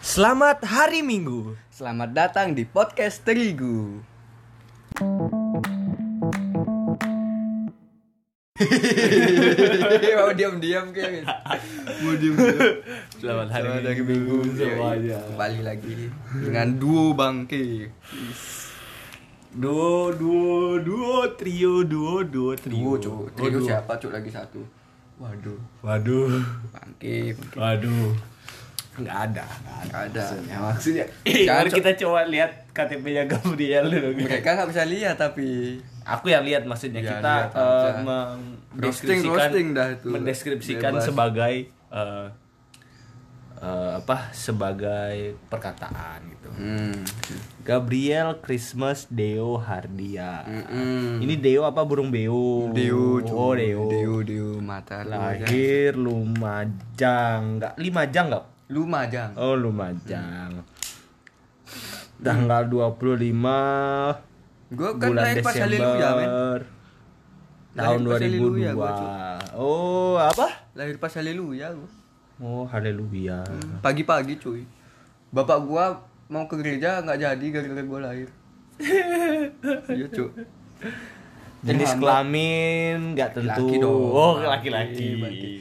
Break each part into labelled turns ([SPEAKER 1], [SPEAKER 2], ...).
[SPEAKER 1] Selamat hari Minggu.
[SPEAKER 2] Selamat datang di podcast Terigu. Mau diam-diam kayak Mau diam-diam.
[SPEAKER 1] Selamat hari
[SPEAKER 2] Selamat Iya,
[SPEAKER 1] Minggu.
[SPEAKER 2] semuanya. Kembali lagi dengan duo bangke.
[SPEAKER 1] Duo, duo, duo, trio, duo, duo, trio.
[SPEAKER 2] Duo, Cuk. Trio
[SPEAKER 1] Oh, duo.
[SPEAKER 2] siapa, Cuk? Lagi satu. Waduh,
[SPEAKER 1] Waduh,
[SPEAKER 2] bangke. bangke.
[SPEAKER 1] waduh. Nggak ada, nggak ada.
[SPEAKER 2] Nggak ada.
[SPEAKER 1] Maksudnya, maksudnya. Eh,
[SPEAKER 2] Jangan,
[SPEAKER 1] mari
[SPEAKER 2] Cuk.
[SPEAKER 1] kita coba lihat KTP-nya Gabriel dulu.
[SPEAKER 2] Mereka nggak bisa lihat tapi
[SPEAKER 1] Aku yang lihat maksudnya
[SPEAKER 2] Iya,
[SPEAKER 1] kita
[SPEAKER 2] lihat aja.
[SPEAKER 1] eh, mendeskripsikan
[SPEAKER 2] Roasting, roasting dah itu.
[SPEAKER 1] mendeskripsikan
[SPEAKER 2] Bebas.
[SPEAKER 1] sebagai eh, eh, apa sebagai perkataan gitu.
[SPEAKER 2] Hmm.
[SPEAKER 1] Gabriel Christmas Deo Hardia.
[SPEAKER 2] Mm-mm.
[SPEAKER 1] Ini Deo apa burung beo?
[SPEAKER 2] Deo, Cuk.
[SPEAKER 1] Oh, Deo.
[SPEAKER 2] Hmm. Deo, Deo, mata lu aja.
[SPEAKER 1] Lahir Lumajang. Enggak Limajang enggak?
[SPEAKER 2] Lumajang.
[SPEAKER 1] Oh, Lumajang. Tanggal 25
[SPEAKER 2] Gue Hmm. kan
[SPEAKER 1] bulan
[SPEAKER 2] lahir pas Haleluya, men.
[SPEAKER 1] Desember. Tahun
[SPEAKER 2] Lahir pas Haleluya
[SPEAKER 1] 2002.
[SPEAKER 2] gua, Cuk.
[SPEAKER 1] Oh, apa?
[SPEAKER 2] Lahir pas Haleluya gua.
[SPEAKER 1] Oh, haleluya.
[SPEAKER 2] Hmm. Pagi-pagi, cuy. Bapak gua mau ke gereja nggak jadi gara-gara gua lahir. Iya, cuy.
[SPEAKER 1] Jenis
[SPEAKER 2] Terhambat.
[SPEAKER 1] kelamin nggak tentu.
[SPEAKER 2] Laki dong. Iya,
[SPEAKER 1] Oh,
[SPEAKER 2] Laki,
[SPEAKER 1] laki-laki.
[SPEAKER 2] laki.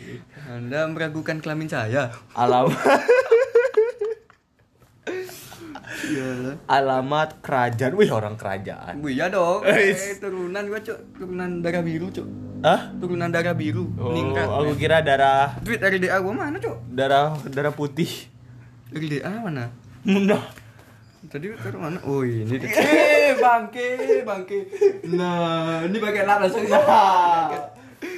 [SPEAKER 2] Anda meragukan kelamin saya.
[SPEAKER 1] Alamat
[SPEAKER 2] Iyalah.
[SPEAKER 1] alamat kerajaan. Wih, orang kerajaan.
[SPEAKER 2] Iya dong.
[SPEAKER 1] Wis.
[SPEAKER 2] Eh, turunan gua, cuy. Turunan darah biru, cuy.
[SPEAKER 1] Hah?
[SPEAKER 2] Turunan darah biru.
[SPEAKER 1] Oh,
[SPEAKER 2] Ningrat,
[SPEAKER 1] aku
[SPEAKER 2] men.
[SPEAKER 1] kira darah
[SPEAKER 2] Tweet RDA gua mana, cuy?
[SPEAKER 1] darah darah putih.
[SPEAKER 2] RDA mana?
[SPEAKER 1] Nah.
[SPEAKER 2] Tadi taruh mana? Oh ini dia. Eh bangke, bangke. Nah, ini pakai lap langsung.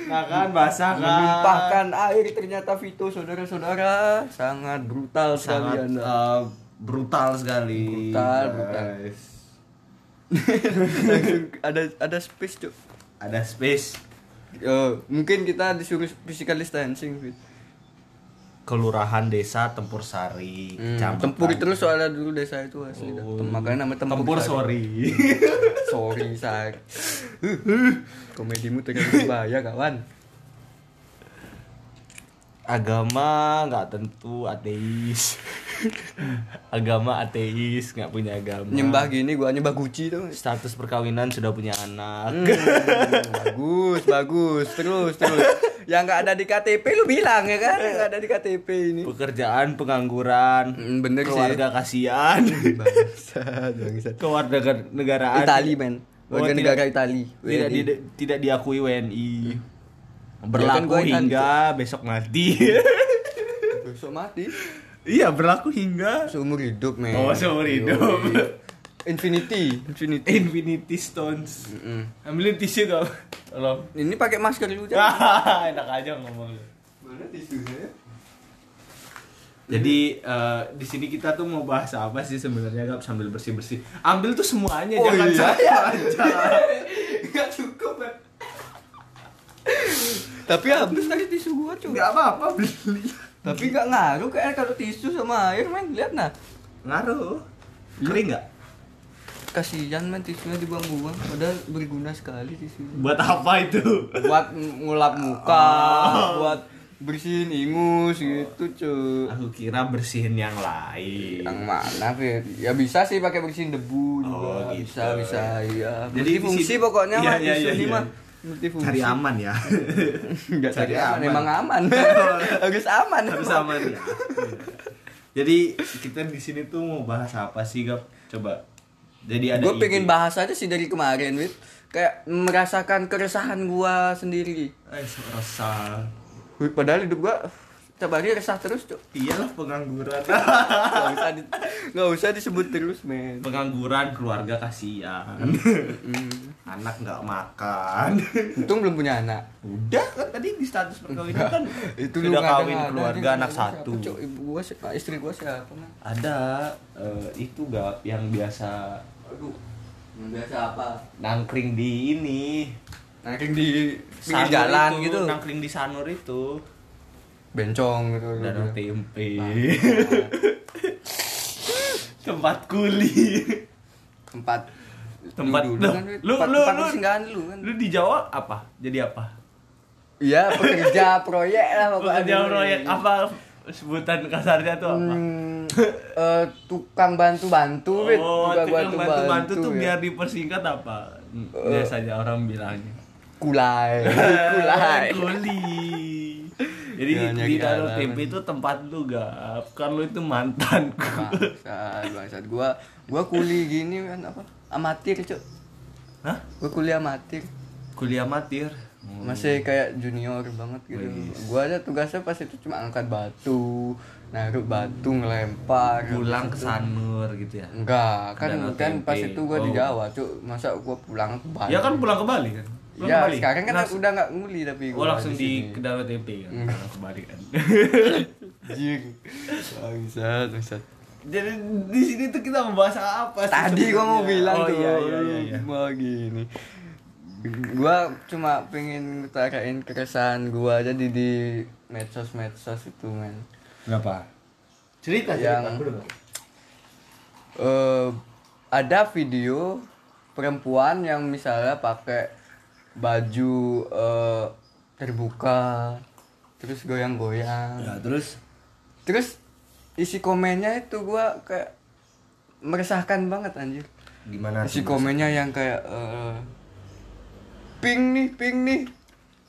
[SPEAKER 1] Nah kan basah kan.
[SPEAKER 2] Menumpahkan air ternyata Vito saudara-saudara sangat brutal sekali
[SPEAKER 3] sangat
[SPEAKER 2] Anda.
[SPEAKER 3] eh, brutal sekali.
[SPEAKER 2] Brutal, brutal.
[SPEAKER 3] Guys.
[SPEAKER 2] Langsung ada ada space, Cuk.
[SPEAKER 3] Ada space.
[SPEAKER 2] Eh, mungkin kita disuruh physical distancing, Fit.
[SPEAKER 3] Kelurahan Desa Tempur Sari, Kecamatan-
[SPEAKER 2] Hmm, Tempur terus soalnya dulu desa itu asli. dah.
[SPEAKER 3] Oh.
[SPEAKER 2] Makanya nama tempur.
[SPEAKER 3] Tempur
[SPEAKER 2] Sari.
[SPEAKER 3] Sari.
[SPEAKER 2] Sorry, Sar. Komedimu terlalu bahaya, kawan.
[SPEAKER 1] Agama nggak tentu ateis. agama ateis nggak punya agama.
[SPEAKER 2] Nyembah gini gua nyembah Gucci tuh.
[SPEAKER 1] Status perkawinan sudah punya anak.
[SPEAKER 2] Hmm. bagus bagus terus terus yang nggak ada di KTP lu bilang ya kan yang nggak ada di KTP ini
[SPEAKER 1] Pekerjaan pengangguran.
[SPEAKER 2] Mm, bener sih.
[SPEAKER 1] keluarga kasihan. keluarga negar- negaraan.
[SPEAKER 2] Itali men
[SPEAKER 1] Oh,
[SPEAKER 2] warga
[SPEAKER 1] tidak-
[SPEAKER 2] negara Itali
[SPEAKER 1] Tidak
[SPEAKER 2] WNI.
[SPEAKER 1] tidak- tidak diakui WNI.
[SPEAKER 2] kan
[SPEAKER 1] Berlaku
[SPEAKER 2] gua Itali,
[SPEAKER 1] hingga besok mati.
[SPEAKER 2] besok mati
[SPEAKER 1] Iya, berlaku hingga
[SPEAKER 2] seumur hidup men
[SPEAKER 1] Oh, seumur hidup.
[SPEAKER 2] infinity infinity
[SPEAKER 1] Infinity Stones.
[SPEAKER 2] Mm.
[SPEAKER 1] Ambilin tisu kau. Tolong.
[SPEAKER 2] ini pakai masker lu Cak.
[SPEAKER 1] Enak aja ngomong lu.
[SPEAKER 2] mana tisunya
[SPEAKER 1] Jadi eh, di sini kita tuh mau bahas apa sih sebenarnya Gap sambil bersih-bersih. Ambil tuh semuanya
[SPEAKER 2] Oh,
[SPEAKER 1] jangan
[SPEAKER 2] iya.
[SPEAKER 1] saya aja.
[SPEAKER 2] nggak cukup men tapi habis tadi tisu gua cuy
[SPEAKER 1] Enggak apa-apa beli.
[SPEAKER 2] tapi nggak ngaruh kan kalau tisu sama air men lihat nah
[SPEAKER 1] Ngaruh.
[SPEAKER 3] Iya.
[SPEAKER 1] Kering enggak?
[SPEAKER 2] kasihan men tisunya dibuang-buang padahal berguna sekali tisunya
[SPEAKER 1] Buat apa itu?
[SPEAKER 2] buat ngulap muka, buat bersihin ingus gitu cuy.
[SPEAKER 1] Aku kira bersihin yang lain.
[SPEAKER 2] Yang mana Fit? Ya bisa sih pakai bersihin debu juga.
[SPEAKER 1] Oh, gitu.
[SPEAKER 2] Bisa bisa iya.
[SPEAKER 1] Jadi
[SPEAKER 2] Jadi fungsi
[SPEAKER 1] di sini-
[SPEAKER 2] pokoknya
[SPEAKER 1] Iya,
[SPEAKER 2] mah
[SPEAKER 1] iya,
[SPEAKER 2] isu
[SPEAKER 1] iya,
[SPEAKER 2] ini
[SPEAKER 1] iya.
[SPEAKER 2] mah multifungsi.
[SPEAKER 3] Cari aman ya.
[SPEAKER 2] Enggak cari,
[SPEAKER 3] Cari
[SPEAKER 2] aman.
[SPEAKER 3] aman. Iya.
[SPEAKER 2] emang aman. Harus aman.
[SPEAKER 3] Harus aman ya. Jadi kita di sini tuh mau bahas apa sih, Gap? Coba. Jadi ada
[SPEAKER 2] Gue
[SPEAKER 3] ide.
[SPEAKER 2] pengen bahas aja sih dari kemarin, Fit. Kayak merasakan keresahan gua sendiri.
[SPEAKER 3] Eh, resah.
[SPEAKER 2] Wih, Padahal hidup gua tiap hari resah terus, Cuk.
[SPEAKER 3] Iyalah pengangguran.
[SPEAKER 2] Gak usah, di- nggak usah disebut terus, men.
[SPEAKER 3] pengangguran keluarga kasihan. Anak nggak makan.
[SPEAKER 2] Untung belum punya anak.
[SPEAKER 3] Udah kan tadi di status perkawinan kan
[SPEAKER 2] itu
[SPEAKER 1] Sudah
[SPEAKER 2] lu nggak ada-
[SPEAKER 1] kawin,
[SPEAKER 2] nggak ada,
[SPEAKER 1] keluarga,
[SPEAKER 2] nggak
[SPEAKER 1] anak
[SPEAKER 2] ada siapa,
[SPEAKER 1] satu.
[SPEAKER 2] Cok. ibu gua si- ah, istri gua siapa mah
[SPEAKER 3] ada eh, itu gap yang biasa
[SPEAKER 2] aduh biasa apa
[SPEAKER 3] nangkring di ini
[SPEAKER 2] nangkring di pinggir
[SPEAKER 3] Sanur
[SPEAKER 2] jalan
[SPEAKER 3] itu,
[SPEAKER 2] gitu
[SPEAKER 3] nangkring di sanur itu
[SPEAKER 2] bencong gitu
[SPEAKER 3] dadang tempe tempat kuli
[SPEAKER 2] tempat
[SPEAKER 3] tempat
[SPEAKER 2] lu
[SPEAKER 3] lu
[SPEAKER 2] dulu kan,
[SPEAKER 3] lu
[SPEAKER 2] tempat-
[SPEAKER 3] lu
[SPEAKER 2] tempat
[SPEAKER 3] lu,
[SPEAKER 2] persinggahan lu kan
[SPEAKER 3] lu di Jawa apa jadi apa
[SPEAKER 2] iya pekerja proyek lah pokoknya
[SPEAKER 3] Pekerja
[SPEAKER 2] dulu.
[SPEAKER 3] proyek apa
[SPEAKER 1] sebutan kasarnya tuh apa?
[SPEAKER 2] Hmm, eh, tukang bantu-bantu, Fit.
[SPEAKER 1] Oh,
[SPEAKER 2] Tukang
[SPEAKER 1] tukang bantu-bantu tuh
[SPEAKER 2] ya. Eh.
[SPEAKER 1] biar dipersingkat apa? Biasanya orang bilangnya.
[SPEAKER 2] kulai, kulai.
[SPEAKER 1] Kuli. Jadi
[SPEAKER 2] Jangan
[SPEAKER 1] di
[SPEAKER 2] nyari
[SPEAKER 1] Danau
[SPEAKER 2] alaman.
[SPEAKER 1] Tempe itu tempat lu gap. Kan lu itu mantanku.
[SPEAKER 2] Bangsat, bangsat. Gua gua kuli gini kan apa? Amatir, Cuk.
[SPEAKER 1] Hah?
[SPEAKER 2] Gua kuli amatir.
[SPEAKER 1] Kuliah matir. Hmm.
[SPEAKER 2] Masih kayak junior banget gitu. Gua aja tugasnya pas itu cuma angkat batu, naruh batu, ngelempar.
[SPEAKER 1] Pulang ke Sanur gitu ya.
[SPEAKER 2] Enggak, kan
[SPEAKER 1] Danau
[SPEAKER 2] kan
[SPEAKER 1] Tempe.
[SPEAKER 2] pas itu gua di
[SPEAKER 1] Oh.
[SPEAKER 2] Jawa, Cuk. Masa gua pulang ke Bali?
[SPEAKER 1] Ya kan pulang ke Bali kan. Pulang
[SPEAKER 2] Ya,
[SPEAKER 1] ke Bali.
[SPEAKER 2] sekarang kan
[SPEAKER 1] Langs-
[SPEAKER 2] udah nggak nguli tapi gua
[SPEAKER 1] Oh langsung di
[SPEAKER 2] sini. Hmm.
[SPEAKER 1] ke Danau Tempe kan. Pulang ke Bali kan.
[SPEAKER 2] Anjing. Bangsat, bangsat.
[SPEAKER 1] Jadi di sini tuh kita membahas apa sih?
[SPEAKER 2] Tadi gua mau
[SPEAKER 1] sebenarnya?
[SPEAKER 2] bilang
[SPEAKER 1] oh,
[SPEAKER 2] tuh,
[SPEAKER 1] Iya, iya, iya, iya.
[SPEAKER 2] mau gini. Gua cuma pengen ngutarain keresahan gua aja di di medsos-medsos itu, men.
[SPEAKER 3] Kenapa? Cerita
[SPEAKER 2] Yang-
[SPEAKER 3] cerita. aku dengar.
[SPEAKER 2] Eh ada video perempuan yang misalnya pakai baju eh, terbuka terus goyang-goyang.
[SPEAKER 3] Ya, terus
[SPEAKER 2] Terus isi komennya itu gua kayak meresahkan banget anjir.
[SPEAKER 3] gimana?
[SPEAKER 2] Isi
[SPEAKER 3] tuh?
[SPEAKER 2] komennya yang kayak eh, pink nih, pink nih.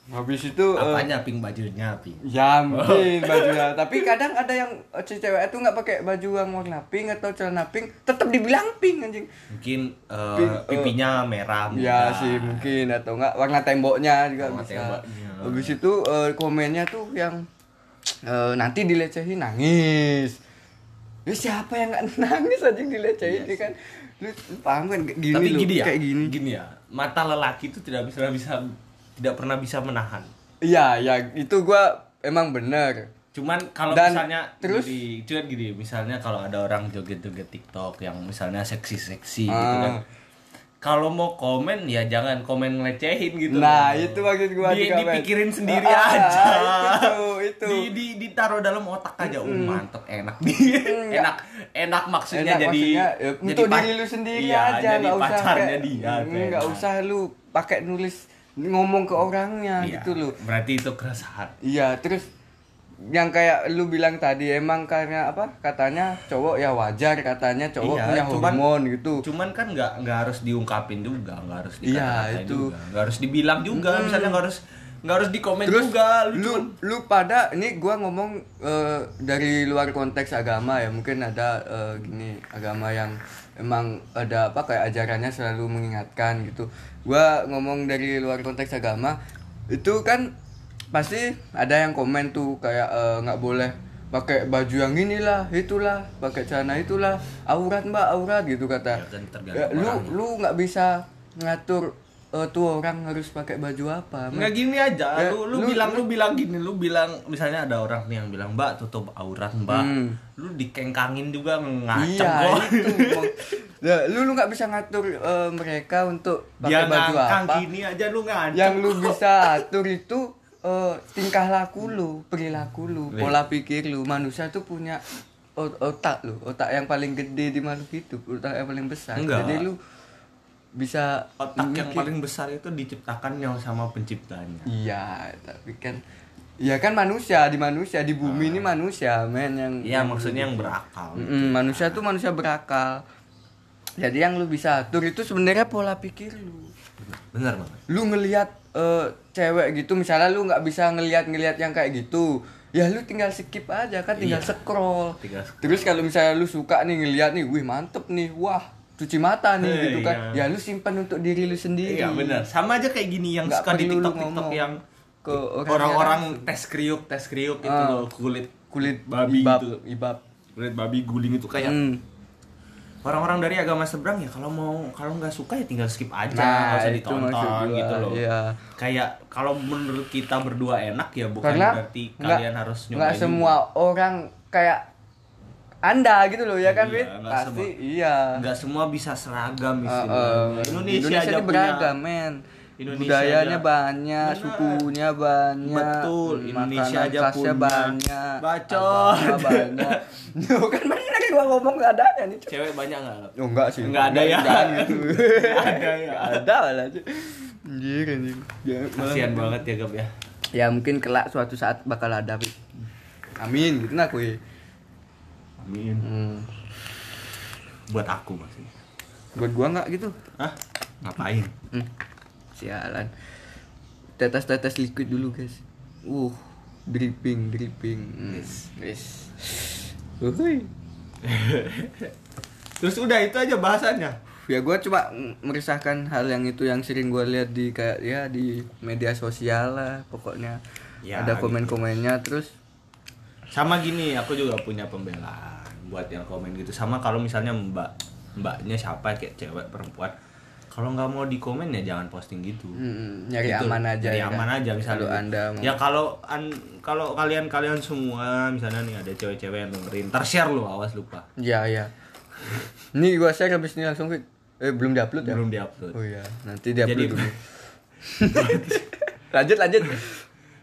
[SPEAKER 2] Habis itu eh,
[SPEAKER 3] Apanya Oh. pink bajunya pink?
[SPEAKER 2] Ya mungkin bajunya, tapi kadang ada yang eh, cewek itu nggak pakai baju yang warna pink atau celana pink, tetap dibilang pink anjing.
[SPEAKER 3] Mungkin eh,
[SPEAKER 2] Pink, eh.
[SPEAKER 3] pipinya merah.
[SPEAKER 2] Ya
[SPEAKER 3] muda.
[SPEAKER 1] Iya.
[SPEAKER 2] sih mungkin atau enggak warna temboknya juga
[SPEAKER 3] Warna
[SPEAKER 2] bisa.
[SPEAKER 3] temboknya.
[SPEAKER 2] Habis itu eh, komennya tuh yang eh, nanti dilecehin nangis. Ya siapa yang nggak nangis aja dilecehin ya kan? Lu paham kan gini
[SPEAKER 1] Iya Tapi
[SPEAKER 2] lu,
[SPEAKER 1] gini ya,
[SPEAKER 2] kayak gini.
[SPEAKER 1] ya. Mata lelaki itu tidak bisa bisa tidak pernah bisa menahan.
[SPEAKER 2] Iya, ya itu gua emang bener.
[SPEAKER 1] Cuman kalau
[SPEAKER 2] Dan
[SPEAKER 1] misalnya
[SPEAKER 2] terus?
[SPEAKER 1] gini, cuman gini, misalnya kalau ada orang joget-joget TikTok yang misalnya seksi-seksi gitu
[SPEAKER 2] Ah.
[SPEAKER 1] kan. Kalau mau komen ya jangan komen ngelecehin gitu.
[SPEAKER 2] Nah,
[SPEAKER 1] loh.
[SPEAKER 2] itu maksud gua
[SPEAKER 1] Di,
[SPEAKER 2] juga, Ben.
[SPEAKER 1] dipikirin sendiri
[SPEAKER 2] Ah,
[SPEAKER 1] aja.
[SPEAKER 2] itu, itu.
[SPEAKER 1] Di, di ditaruh dalam otak aja. Oh, mantep enak nih. enak enak maksudnya
[SPEAKER 2] Mm, Enak,
[SPEAKER 1] jadi
[SPEAKER 2] maksudnya, ya,
[SPEAKER 1] jadi
[SPEAKER 2] untuk
[SPEAKER 1] pac-
[SPEAKER 2] diri lu sendiri
[SPEAKER 1] iya,
[SPEAKER 2] aja
[SPEAKER 1] jadi
[SPEAKER 2] nggak usah
[SPEAKER 1] pacarnya
[SPEAKER 2] kayak- Mm,
[SPEAKER 1] dia. tuh
[SPEAKER 2] nggak
[SPEAKER 1] enak.
[SPEAKER 2] usah lu pakai nulis ngomong ke orangnya
[SPEAKER 1] Iya,
[SPEAKER 2] gitu loh
[SPEAKER 1] Berarti itu keresahan.
[SPEAKER 2] Iya, terus yang kayak lu bilang tadi emang karena apa? Katanya cowok ya wajar, katanya cowok
[SPEAKER 1] Iya,
[SPEAKER 2] punya
[SPEAKER 1] cuman-
[SPEAKER 2] hormon gitu.
[SPEAKER 1] Cuman kan nggak nggak harus diungkapin juga, nggak harus
[SPEAKER 2] Iya,
[SPEAKER 1] dikata-katain
[SPEAKER 2] itu.
[SPEAKER 1] juga. nggak harus dibilang juga, misalnya nggak harus nggak harus dikomen
[SPEAKER 2] Terus
[SPEAKER 1] juga. kan? Lu,
[SPEAKER 2] lu lu pada ini gua ngomong eh, dari luar konteks agama ya, mungkin ada eh, gini agama yang emang ada apa kayak ajarannya selalu mengingatkan gitu. Gua ngomong dari luar konteks agama itu kan pasti ada yang komen tuh kayak eh, nggak boleh pakai baju yang inilah itulah pakai celana itulah aurat mbak aurat gitu kata
[SPEAKER 1] Ya, kan tergantung
[SPEAKER 2] Ya, lu
[SPEAKER 1] orangnya.
[SPEAKER 2] lu nggak bisa ngatur eh, tuh orang harus pakai baju apa
[SPEAKER 1] nggak gini aja.
[SPEAKER 2] Ya,
[SPEAKER 1] lu, lu,
[SPEAKER 2] lu-
[SPEAKER 1] bilang lu bilang gini, lu bilang misalnya ada orang nih yang bilang mbak tutup aurat mbak,
[SPEAKER 2] Hmm.
[SPEAKER 1] lu dikengkangin juga ngacem
[SPEAKER 2] Iya
[SPEAKER 1] kok.
[SPEAKER 2] itu. Bang. Ya, lu lu nggak bisa ngatur eh, mereka untuk
[SPEAKER 1] Dia
[SPEAKER 2] pakai baju
[SPEAKER 1] ngangkang
[SPEAKER 2] apa.
[SPEAKER 1] gini aja lu ngacem.
[SPEAKER 2] Yang lu bisa atur itu eh, tingkah laku lu, perilaku lu, pola pikir lu. Manusia tuh punya ot- otak lu, otak yang paling gede di makhluk hidup, otak yang paling besar.
[SPEAKER 1] Enggak.
[SPEAKER 2] Jadi lu bisa
[SPEAKER 1] Otak yang
[SPEAKER 2] mikir.
[SPEAKER 1] paling besar itu diciptakannya sama penciptanya.
[SPEAKER 2] Iya, tapi kan Iya kan manusia di manusia di bumi ini manusia men yang
[SPEAKER 1] Ah. Iya maksudnya yang berakal.
[SPEAKER 2] Mm, manusia tuh manusia berakal. Jadi yang lu bisa atur itu sebenarnya pola pikir lu.
[SPEAKER 1] Bener banget.
[SPEAKER 2] Lu ngelihat eh, cewek gitu misalnya lu nggak bisa ngelihat-ngelihat yang kayak gitu. Ya lu tinggal skip aja kan tinggal scroll.
[SPEAKER 1] Iya. Tinggal scroll.
[SPEAKER 2] Terus kalau misalnya lu suka nih ngelihat nih, wih mantep nih, wah cuci mata nih
[SPEAKER 1] Eh,
[SPEAKER 2] gitu kan.
[SPEAKER 1] iya.
[SPEAKER 2] Ya lu simpan untuk diri lu sendiri.
[SPEAKER 1] Iya benar. Sama aja kayak gini yang
[SPEAKER 2] Nggak
[SPEAKER 1] suka di
[SPEAKER 2] perlu lu
[SPEAKER 1] TikTok TikTok
[SPEAKER 2] ngomong
[SPEAKER 1] yang
[SPEAKER 2] ke orang
[SPEAKER 1] orang-orang tes kriuk tes kriuk itu
[SPEAKER 2] Ah.
[SPEAKER 1] loh kulit
[SPEAKER 2] kulit
[SPEAKER 1] babi gitu. Iya.
[SPEAKER 2] ibab,
[SPEAKER 1] itu
[SPEAKER 2] ibab.
[SPEAKER 1] kulit babi guling itu kayak
[SPEAKER 2] Mm.
[SPEAKER 1] orang-orang dari agama seberang ya kalau mau kalau nggak suka ya tinggal skip aja
[SPEAKER 2] Nah,
[SPEAKER 1] nggak usah
[SPEAKER 2] itu maksud
[SPEAKER 1] ditonton
[SPEAKER 2] gua,
[SPEAKER 1] gitu loh.
[SPEAKER 2] iya.
[SPEAKER 1] Kayak kalau menurut kita berdua enak ya bukan
[SPEAKER 2] karena
[SPEAKER 1] berarti
[SPEAKER 2] nggak-
[SPEAKER 1] kalian harus nyobain.
[SPEAKER 2] nggak
[SPEAKER 1] juga.
[SPEAKER 2] semua orang kayak anda gitu loh ya kan
[SPEAKER 1] Iya,
[SPEAKER 2] Fit
[SPEAKER 1] nggak
[SPEAKER 2] pasti
[SPEAKER 1] semua.
[SPEAKER 2] iya
[SPEAKER 1] nggak semua bisa seragam
[SPEAKER 2] Uh,
[SPEAKER 1] isinya.
[SPEAKER 2] uh,
[SPEAKER 1] Indonesia, aja
[SPEAKER 2] ini
[SPEAKER 1] punya-
[SPEAKER 2] beragam men
[SPEAKER 1] Indonesia
[SPEAKER 2] budayanya
[SPEAKER 1] aja-
[SPEAKER 2] banyak
[SPEAKER 1] Benar.
[SPEAKER 2] sukunya banyak
[SPEAKER 1] Betul,
[SPEAKER 2] mm,
[SPEAKER 1] Indonesia
[SPEAKER 2] makanan
[SPEAKER 1] aja
[SPEAKER 2] khasnya
[SPEAKER 1] punya.
[SPEAKER 2] banyak
[SPEAKER 1] Bacot.
[SPEAKER 2] agama banyak Loh, kan benar kan gua ngomong nggak ada nih Cuk.
[SPEAKER 1] Cewek banyak nggak?
[SPEAKER 2] Oh enggak sih.
[SPEAKER 1] Enggak ada ya.
[SPEAKER 2] Jangan gitu.
[SPEAKER 1] Enggak ada ya.
[SPEAKER 2] Enggak ada lah. Cuk. Anjir anjing. Ya, malah-
[SPEAKER 1] Kasian banget ya Gab ya.
[SPEAKER 2] Ya mungkin kelak suatu saat bakal ada Fit. amin gitu nah kui
[SPEAKER 1] Amin.
[SPEAKER 2] Hmm.
[SPEAKER 1] Buat aku maksudnya.
[SPEAKER 2] buat gua nggak gitu
[SPEAKER 1] Hah? Ngapain?
[SPEAKER 2] Hmm. Sialan. Tetes-tetes liquid dulu, guys. Uh, dripping, dripping. Hmm. Yes. Uhuy.
[SPEAKER 1] Terus udah itu aja bahasannya.
[SPEAKER 2] Ya gua cuma mm, meresahkan hal yang itu yang sering gua lihat di kayak ya di media sosial lah pokoknya.
[SPEAKER 1] Ya,
[SPEAKER 2] Ada
[SPEAKER 1] gitu.
[SPEAKER 2] komen-komennya terus
[SPEAKER 1] Sama gini, aku juga punya pembelaan buat yang komen gitu. Sama kalau misalnya mbak mbaknya siapa kayak cewek perempuan, kalau nggak mau di komen ya jangan posting gitu.
[SPEAKER 2] mm, nyari
[SPEAKER 1] Gitu,
[SPEAKER 2] aman aja.
[SPEAKER 1] nyari
[SPEAKER 2] ya kan?
[SPEAKER 1] aman aja misalnya
[SPEAKER 2] Kalau
[SPEAKER 1] gitu.
[SPEAKER 2] Anda mau-
[SPEAKER 1] ya kalau an- kalau kalian kalian semua misalnya nih ada cewek-cewek yang dengerin ntar share lu awas lupa
[SPEAKER 2] Iya, iya. Nih gua share habis ini langsung fit. Eh belum diupload ya?
[SPEAKER 1] belum diupload
[SPEAKER 2] Oh iya, nanti diupload
[SPEAKER 1] Jadi-
[SPEAKER 2] dulu. lanjut, lanjut.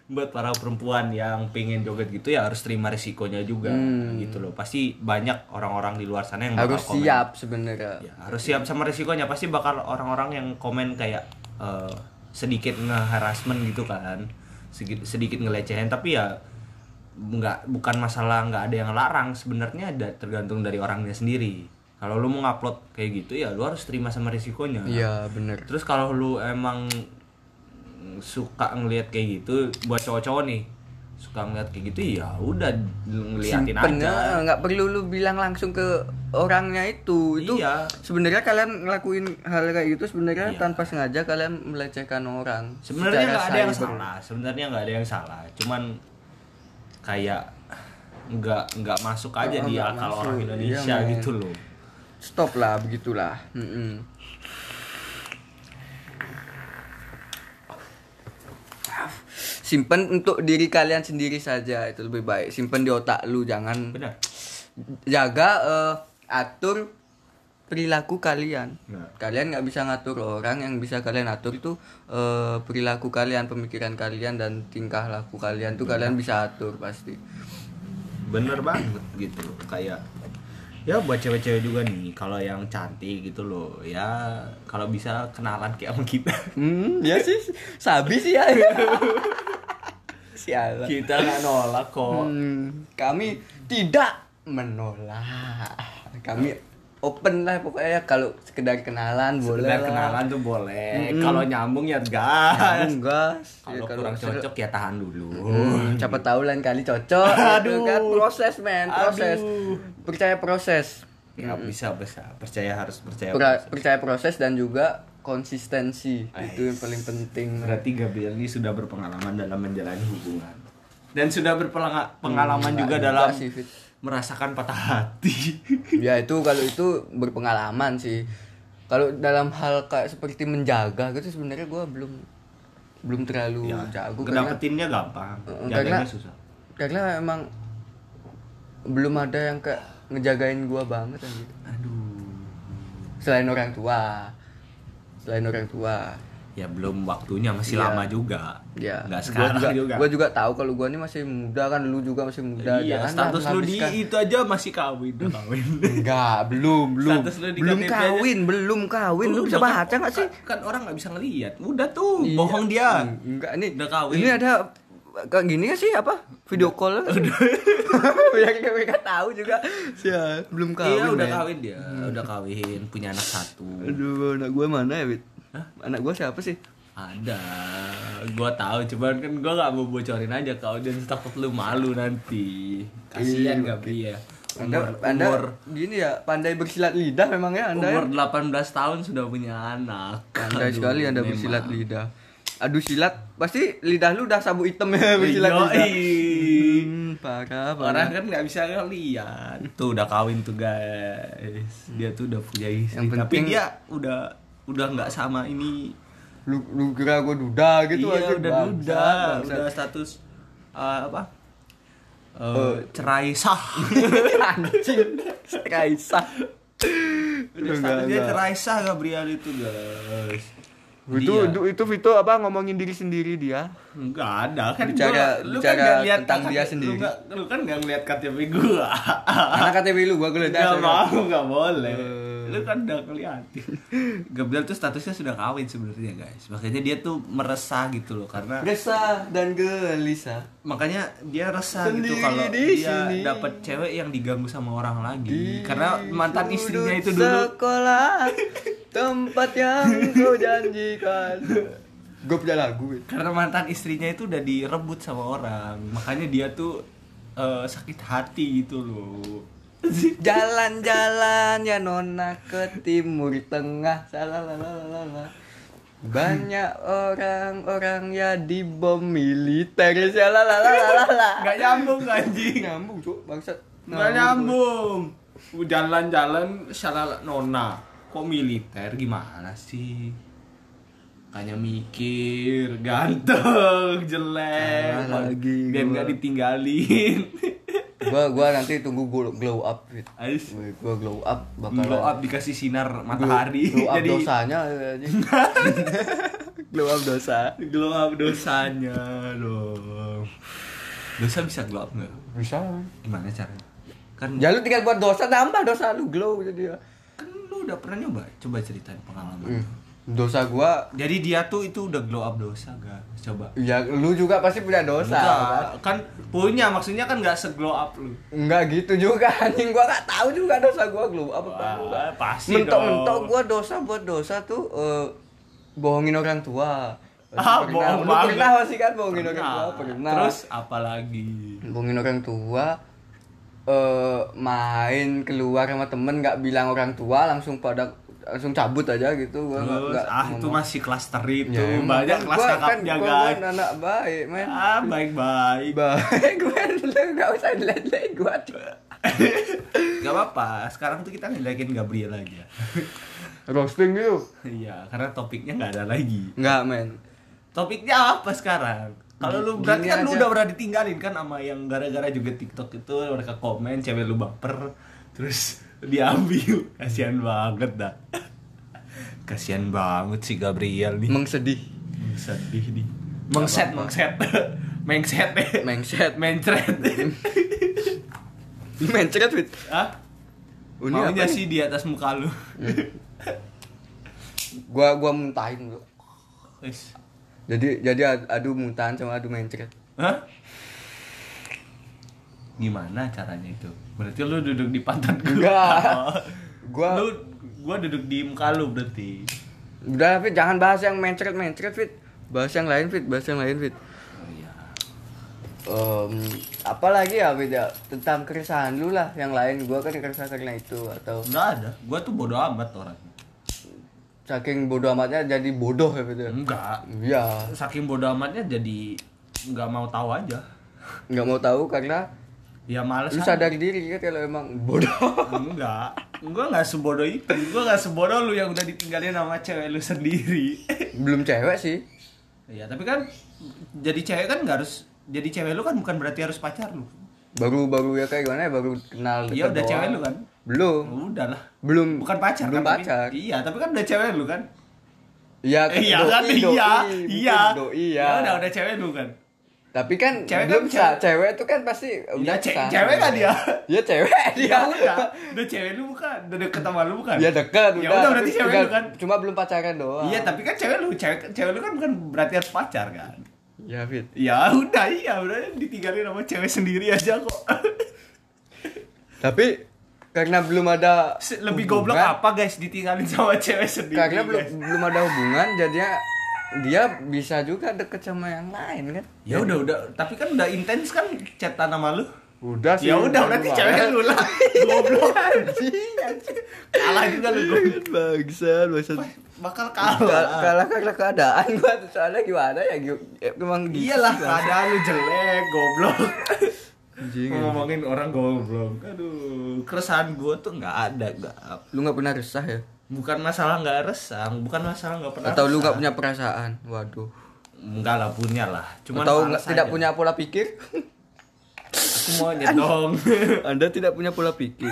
[SPEAKER 1] buat para perempuan yang pengen joget gitu ya harus terima risikonya juga gitu loh pasti banyak orang-orang di luar sana yang bakal
[SPEAKER 2] Hmm. Harus
[SPEAKER 1] komen.
[SPEAKER 2] siap sebenarnya.
[SPEAKER 1] Ya, harus siap sama risikonya pasti bakal orang-orang yang komen kayak eh, sedikit nge-harassment gitu kan sedikit, sedikit ngelecehin tapi ya nggak bukan masalah nggak ada yang larang sebenarnya ada tergantung dari orangnya sendiri kalau lu mau ngupload kayak gitu ya lu harus terima sama risikonya
[SPEAKER 2] Iya bener
[SPEAKER 1] Terus kalau lu emang suka ngelihat kayak gitu buat cowok-cowok nih suka ngelihat kayak gitu ya udah ngeliatin aja.
[SPEAKER 2] Simpennya ya, nggak perlu lu bilang langsung ke orangnya itu itu
[SPEAKER 1] Iya.
[SPEAKER 2] sebenarnya kalian ngelakuin hal kayak gitu sebenarnya
[SPEAKER 1] Iya.
[SPEAKER 2] tanpa sengaja kalian melecehkan orang
[SPEAKER 1] Sebenarnya
[SPEAKER 2] Secara
[SPEAKER 1] nggak ada yang
[SPEAKER 2] cyber.
[SPEAKER 1] salah, sebenarnya nggak ada yang salah. Cuman kayak nggak nggak masuk aja
[SPEAKER 2] Oh,
[SPEAKER 1] di
[SPEAKER 2] nggak
[SPEAKER 1] akal
[SPEAKER 2] masuk.
[SPEAKER 1] orang
[SPEAKER 2] Iya,
[SPEAKER 1] Indonesia
[SPEAKER 2] men.
[SPEAKER 1] gitu loh.
[SPEAKER 2] stop lah begitulah Mm-mm. simpen untuk diri kalian sendiri saja itu lebih baik simpen di otak lu jangan
[SPEAKER 1] Benar.
[SPEAKER 2] jaga eh, atur perilaku kalian
[SPEAKER 1] Nah.
[SPEAKER 2] kalian nggak bisa ngatur orang yang bisa kalian atur itu eh, perilaku kalian pemikiran kalian dan tingkah laku kalian tuh kalian bisa atur pasti
[SPEAKER 1] bener banget gitu loh kayak ya buat cewek-cewek juga nih kalau yang cantik gitu loh ya kalau bisa kenalan kayak sama kita
[SPEAKER 2] hmm ya sih sabi sih ya sialan
[SPEAKER 1] kita nggak nolak kok
[SPEAKER 2] Hmm, kami tidak menolak kami open lah pokoknya ya, kalau sekedar kenalan boleh
[SPEAKER 1] Sekedar
[SPEAKER 2] lah.
[SPEAKER 1] kenalan tuh boleh. Kalau nyambung ya gas.
[SPEAKER 2] Nyambung, gas. Ya,
[SPEAKER 1] Kalau kurang
[SPEAKER 2] seru-
[SPEAKER 1] cocok ya tahan dulu.
[SPEAKER 2] Hmm, siapa tahu lain kali cocok
[SPEAKER 1] Aduh.
[SPEAKER 2] gitu kan proses men proses
[SPEAKER 1] Aduh.
[SPEAKER 2] percaya proses
[SPEAKER 1] Nggak Ya, bisa bisa percaya harus percaya.
[SPEAKER 2] Pera-
[SPEAKER 1] Ya, proses.
[SPEAKER 2] percaya proses dan juga konsistensi itu yang paling penting men.
[SPEAKER 1] Berarti Gabriel ini sudah berpengalaman dalam menjalani hubungan dan sudah berpengalaman
[SPEAKER 2] Hmm,
[SPEAKER 1] juga
[SPEAKER 2] nggak
[SPEAKER 1] dalam
[SPEAKER 2] juga sih, Fit.
[SPEAKER 1] merasakan patah hati.
[SPEAKER 2] ya itu kalau itu berpengalaman sih kalau dalam hal kayak seperti menjaga gitu sebenarnya gua belum belum terlalu jago karena
[SPEAKER 1] Kedapetinnya Ya, gampang,
[SPEAKER 2] Eh,
[SPEAKER 1] jaganya
[SPEAKER 2] karena-
[SPEAKER 1] susah.
[SPEAKER 2] karena emang belum ada yang kayak ngejagain gua banget anjir.
[SPEAKER 1] Aduh.
[SPEAKER 2] selain orang tua selain orang tua
[SPEAKER 1] Ya belum waktunya masih
[SPEAKER 2] Iya.
[SPEAKER 1] lama juga.
[SPEAKER 2] Ya,
[SPEAKER 1] Nggak sekarang
[SPEAKER 2] gua juga,
[SPEAKER 1] juga.
[SPEAKER 2] Gua juga tahu kalau gua ini masih muda kan, lu juga kan. masih muda.
[SPEAKER 1] iya,
[SPEAKER 2] Janganlah
[SPEAKER 1] status lu di
[SPEAKER 2] menghabiskan-
[SPEAKER 1] itu aja masih kawin, udah kawin.
[SPEAKER 2] Enggak, belum, belum.
[SPEAKER 1] Status lu di
[SPEAKER 2] Belum
[SPEAKER 1] KTP aja.
[SPEAKER 2] kawin, belum kawin. Lu bisa
[SPEAKER 1] udah
[SPEAKER 2] baca
[SPEAKER 1] kan-
[SPEAKER 2] nggak sih?
[SPEAKER 1] Kan, kan orang nggak bisa ngelihat. Udah tuh,
[SPEAKER 2] Iya.
[SPEAKER 1] bohong dia.
[SPEAKER 2] Enggak, ini
[SPEAKER 1] Udah kawin.
[SPEAKER 2] Ini ada kayak gini nggak sih apa? Video call. Biar mereka tahu juga. Sial, belum kawin.
[SPEAKER 1] iya, udah
[SPEAKER 2] men.
[SPEAKER 1] kawin dia. Udah kawin, punya anak satu.
[SPEAKER 2] Aduh, anak gua mana ya, Wit? Anak gua siapa sih?
[SPEAKER 1] Ada. Gua tahu, cuman kan gua nggak mau bocorin aja ke audiens takut lu malu nanti. Kasihan
[SPEAKER 2] Iya,
[SPEAKER 1] Gabriel.
[SPEAKER 2] Anda,
[SPEAKER 1] Umur,
[SPEAKER 2] anda
[SPEAKER 1] umur,
[SPEAKER 2] gini ya, pandai bersilat lidah memang ya Anda ya?
[SPEAKER 1] umur 18 tahun sudah punya anak. Aduh,
[SPEAKER 2] Pandai sekali Anda
[SPEAKER 1] memang.
[SPEAKER 2] bersilat lidah. Aduh silat, pasti lidah lu udah sabuk hitam ya bersilat lidah.
[SPEAKER 1] Yoi.
[SPEAKER 2] Hmm, parah,
[SPEAKER 1] Iya, Orang
[SPEAKER 2] parah.
[SPEAKER 1] kan nggak bisa ngeliat Tuh udah kawin tuh guys. Dia tuh udah punya istri.
[SPEAKER 2] Yang
[SPEAKER 1] Tapi
[SPEAKER 2] penting-
[SPEAKER 1] dia udah udah nggak sama ini
[SPEAKER 2] Lu, lu kira gue duda gitu
[SPEAKER 1] iya,
[SPEAKER 2] aja.
[SPEAKER 1] udah
[SPEAKER 2] bangsat,
[SPEAKER 1] duda,
[SPEAKER 2] bangsat.
[SPEAKER 1] udah status eh, apa? Eh, cerai sah.
[SPEAKER 2] Anjing, kaisah.
[SPEAKER 1] Udah statusnya cerai sah Gabriel itu, guys.
[SPEAKER 2] Itu,
[SPEAKER 1] Dia-
[SPEAKER 2] itu itu Vito apa ngomongin diri sendiri dia.
[SPEAKER 1] Enggak ada kan
[SPEAKER 2] Bicara-
[SPEAKER 1] gua, lu
[SPEAKER 2] bicara
[SPEAKER 1] kan nggak lihat
[SPEAKER 2] tentang
[SPEAKER 1] KTP
[SPEAKER 2] dia
[SPEAKER 1] lu
[SPEAKER 2] sendiri.
[SPEAKER 1] nggak- Lu, kan nggak ngeliat KTP gua.
[SPEAKER 2] Karena KTP lu gua geledah.
[SPEAKER 1] Enggak
[SPEAKER 2] saya.
[SPEAKER 1] mau, enggak boleh.
[SPEAKER 2] Eh,
[SPEAKER 1] lu kan udah kelihatan Gabriel tuh statusnya sudah kawin sebenarnya guys makanya dia tuh meresah gitu loh karena
[SPEAKER 2] Resah dan gelisah.
[SPEAKER 1] makanya dia resah gitu
[SPEAKER 2] Sendiri
[SPEAKER 1] kalau
[SPEAKER 2] di
[SPEAKER 1] dia
[SPEAKER 2] sini.
[SPEAKER 1] dapat cewek yang diganggu sama orang lagi karena mantan istrinya itu dulu
[SPEAKER 2] Sekolah tempat yang kau janjikan. Gue punya lagu.
[SPEAKER 1] karena mantan istrinya itu udah direbut sama orang makanya dia tuh eh, sakit hati gitu loh
[SPEAKER 2] Jalan-jalan ya nona ke timur tengah. Salalalalala. Banyak orang-orang ya di bom militer. Salalalalala.
[SPEAKER 3] Gak nyambung anjing.
[SPEAKER 2] Nyambung, Cuk, bangsat.
[SPEAKER 3] Nggak
[SPEAKER 2] gitu.
[SPEAKER 3] nyambung.
[SPEAKER 1] Uh,
[SPEAKER 3] Jalan-jalan salah nona. Kok militer gimana sih? Kayaknya mikir, ganteng, jelek,
[SPEAKER 2] Salah lagi
[SPEAKER 3] biar
[SPEAKER 2] gua.
[SPEAKER 3] nggak ditinggalin.
[SPEAKER 2] Gua gua nanti tunggu gua glow up. Fit.
[SPEAKER 3] Ais.
[SPEAKER 2] Gua glow up bakal
[SPEAKER 1] glow up dikasih sinar matahari
[SPEAKER 2] glow up
[SPEAKER 1] jadi
[SPEAKER 2] dosanya
[SPEAKER 1] eh,
[SPEAKER 2] anjing. glow up dosa
[SPEAKER 3] Glow up dosanya dong.
[SPEAKER 1] dosa bisa glow up nggak
[SPEAKER 2] bisa
[SPEAKER 1] gimana caranya kan
[SPEAKER 2] ya lu tinggal buat dosa tambah dosa lu glow jadi ya
[SPEAKER 1] kan lu udah pernah nyoba coba ceritain pengalaman
[SPEAKER 2] Hmm. dosa gua
[SPEAKER 1] jadi dia tuh itu udah glow up dosa gak coba
[SPEAKER 2] ya lu juga pasti punya dosa kan?
[SPEAKER 1] Enggak, kan punya maksudnya kan nggak seglow up lu
[SPEAKER 2] enggak gitu juga anjing gua gak tahu juga dosa gua glow up apa enggak.
[SPEAKER 1] Wah, pasti
[SPEAKER 2] mentok-mentok
[SPEAKER 1] dong.
[SPEAKER 2] gua dosa buat dosa tuh eh, bohongin orang tua
[SPEAKER 1] Ah,
[SPEAKER 2] Pernah.
[SPEAKER 1] bohong
[SPEAKER 2] Lu
[SPEAKER 1] banget.
[SPEAKER 2] pernah masih kan bohongin orang tua pernah Nah.
[SPEAKER 1] terus apalagi
[SPEAKER 2] bohongin orang tua eh main keluar sama temen nggak bilang orang tua langsung pada langsung cabut aja gitu gua nggak-
[SPEAKER 1] terus
[SPEAKER 2] nggak
[SPEAKER 1] ah itu
[SPEAKER 2] ngomong.
[SPEAKER 1] masih kelas terip
[SPEAKER 2] Ya,
[SPEAKER 1] tuh
[SPEAKER 2] emang
[SPEAKER 1] banyak
[SPEAKER 2] kan
[SPEAKER 1] kelas
[SPEAKER 2] gua-
[SPEAKER 1] kakapnya
[SPEAKER 2] kan, gua
[SPEAKER 1] guys
[SPEAKER 2] kan anak baik men
[SPEAKER 1] ah baik baik
[SPEAKER 2] baik gue lu nggak usah dilihat-lihat gua
[SPEAKER 1] nggak apa apa sekarang tuh kita ngelekin Gabriel aja
[SPEAKER 2] roasting gitu
[SPEAKER 1] iya karena topiknya nggak ada lagi
[SPEAKER 2] nggak men
[SPEAKER 1] topiknya apa sekarang kalau lu berarti
[SPEAKER 2] Gini
[SPEAKER 1] kan lu
[SPEAKER 2] aja.
[SPEAKER 1] udah pernah ditinggalin kan sama yang gara-gara juga TikTok itu mereka komen cewek lu baper terus diambil kasihan banget dah kasihan banget si Gabriel nih
[SPEAKER 2] mengsedih
[SPEAKER 1] sedih nih mengset mengset mengset deh
[SPEAKER 2] Mengset.
[SPEAKER 1] mencret
[SPEAKER 2] mencret fit
[SPEAKER 1] ah
[SPEAKER 2] Ini
[SPEAKER 1] maunya
[SPEAKER 2] apa nih? Hmm.
[SPEAKER 1] sih di atas muka lu
[SPEAKER 2] gua gua muntahin lu
[SPEAKER 1] Wis.
[SPEAKER 2] jadi jadi ad- adu muntahan sama adu mencret
[SPEAKER 1] Hah? Gimana caranya itu? Berarti lu duduk di pantat gua.
[SPEAKER 2] Enggak.
[SPEAKER 1] gua
[SPEAKER 2] Gua-
[SPEAKER 1] lu gua duduk di muka lu berarti.
[SPEAKER 2] udah fit jangan bahas yang mencret mencret fit bahas yang lain fit bahas yang lain fit
[SPEAKER 1] Oh iya.
[SPEAKER 2] Em, apalagi ya beda tentang keresahan lu lah yang lain gua kan keresah karena itu atau
[SPEAKER 1] Enggak ada. Gua tuh bodoh amat orang.
[SPEAKER 2] saking bodoh amatnya jadi bodoh ya beda
[SPEAKER 1] Hmm. Enggak.
[SPEAKER 2] iya
[SPEAKER 1] Saking bodoh amatnya jadi nggak mau tahu aja.
[SPEAKER 2] nggak mau tahu karena
[SPEAKER 1] Ya males
[SPEAKER 2] lu
[SPEAKER 1] aja.
[SPEAKER 2] sadar diri kan kalau emang bodoh
[SPEAKER 1] Enggak. Gua nggak sebodoh itu. Gua nggak sebodoh lu yang udah ditinggalin sama cewek lu sendiri.
[SPEAKER 2] belum cewek sih
[SPEAKER 1] Iya, tapi kan jadi cewek kan nggak harus jadi cewek lu kan bukan berarti harus pacar lu.
[SPEAKER 2] baru baru ya kayak gimana ya baru kenal
[SPEAKER 1] Iya,
[SPEAKER 2] deket
[SPEAKER 1] udah
[SPEAKER 2] doang.
[SPEAKER 1] cewek lu kan?
[SPEAKER 2] belum
[SPEAKER 1] Udah lah.
[SPEAKER 2] belum
[SPEAKER 1] bukan pacar
[SPEAKER 2] belum
[SPEAKER 1] kan, tapi-
[SPEAKER 2] pacar
[SPEAKER 1] iya tapi kan udah cewek lu kan
[SPEAKER 2] iya
[SPEAKER 1] iya
[SPEAKER 2] doi,
[SPEAKER 1] kan
[SPEAKER 2] doi,
[SPEAKER 1] iya
[SPEAKER 2] bukan
[SPEAKER 1] iya
[SPEAKER 2] doi ya
[SPEAKER 1] udah udah cewek lu kan
[SPEAKER 2] tapi kan
[SPEAKER 1] Cewek
[SPEAKER 2] belum
[SPEAKER 1] kan
[SPEAKER 2] sah
[SPEAKER 1] cewek.
[SPEAKER 2] cewek itu kan pasti udah
[SPEAKER 1] ce-
[SPEAKER 2] sah.
[SPEAKER 1] cewek kan dia?
[SPEAKER 2] iya cewek
[SPEAKER 1] iya
[SPEAKER 2] dia
[SPEAKER 1] udah udah cewek lu bukan udah deket sama lu bukan
[SPEAKER 2] Dia deket
[SPEAKER 1] ya udah berarti
[SPEAKER 2] tapi
[SPEAKER 1] cewek
[SPEAKER 2] tinggal-
[SPEAKER 1] lu kan
[SPEAKER 2] Cuma belum pacaran doang
[SPEAKER 1] iya tapi kan cewek lu cewek cewek lu kan bukan berarti harus pacar kan
[SPEAKER 2] Iya Fit
[SPEAKER 1] ya udah iya udah ditinggalin sama cewek sendiri aja kok
[SPEAKER 2] Tapi karena belum ada
[SPEAKER 1] Se- lebih goblok
[SPEAKER 2] hubungan,
[SPEAKER 1] apa Iya. guys ditinggalin sama cewek sendiri
[SPEAKER 2] Karena belum
[SPEAKER 1] guys.
[SPEAKER 2] belum ada hubungan jadinya dia bisa juga deket sama yang lain kan
[SPEAKER 1] ya udah udah tapi kan udah intens kan chatan sama lu
[SPEAKER 2] Udah
[SPEAKER 1] ya udah berarti cewek lu lah goblok kalah juga lu goblok
[SPEAKER 2] Iya, Bangsat, bangsat
[SPEAKER 1] bakal
[SPEAKER 2] Kal-
[SPEAKER 1] kalah.
[SPEAKER 2] Kalah karena keadaan gua soalnya gimana ya gi- ya, Emang gitu
[SPEAKER 1] Iyalah,
[SPEAKER 2] sih, Bang.
[SPEAKER 1] keadaan lu jelek, goblok.
[SPEAKER 2] Anjing,
[SPEAKER 1] Mau Ngomongin orang goblok. Aduh, keresahan gua tuh nggak ada, nggak apa.
[SPEAKER 2] Lu gak pernah resah ya?
[SPEAKER 1] Bukan masalah nggak resah, bukan masalah nggak pernah.
[SPEAKER 2] Atau lu
[SPEAKER 1] resah.
[SPEAKER 2] gak punya perasaan? Waduh
[SPEAKER 1] Enggak lah punya lah. Cuman
[SPEAKER 2] Atau
[SPEAKER 1] males
[SPEAKER 2] nggak- tidak
[SPEAKER 1] aja.
[SPEAKER 2] punya pola pikir?
[SPEAKER 1] Aku monyet dong.
[SPEAKER 2] Anda tidak punya pola pikir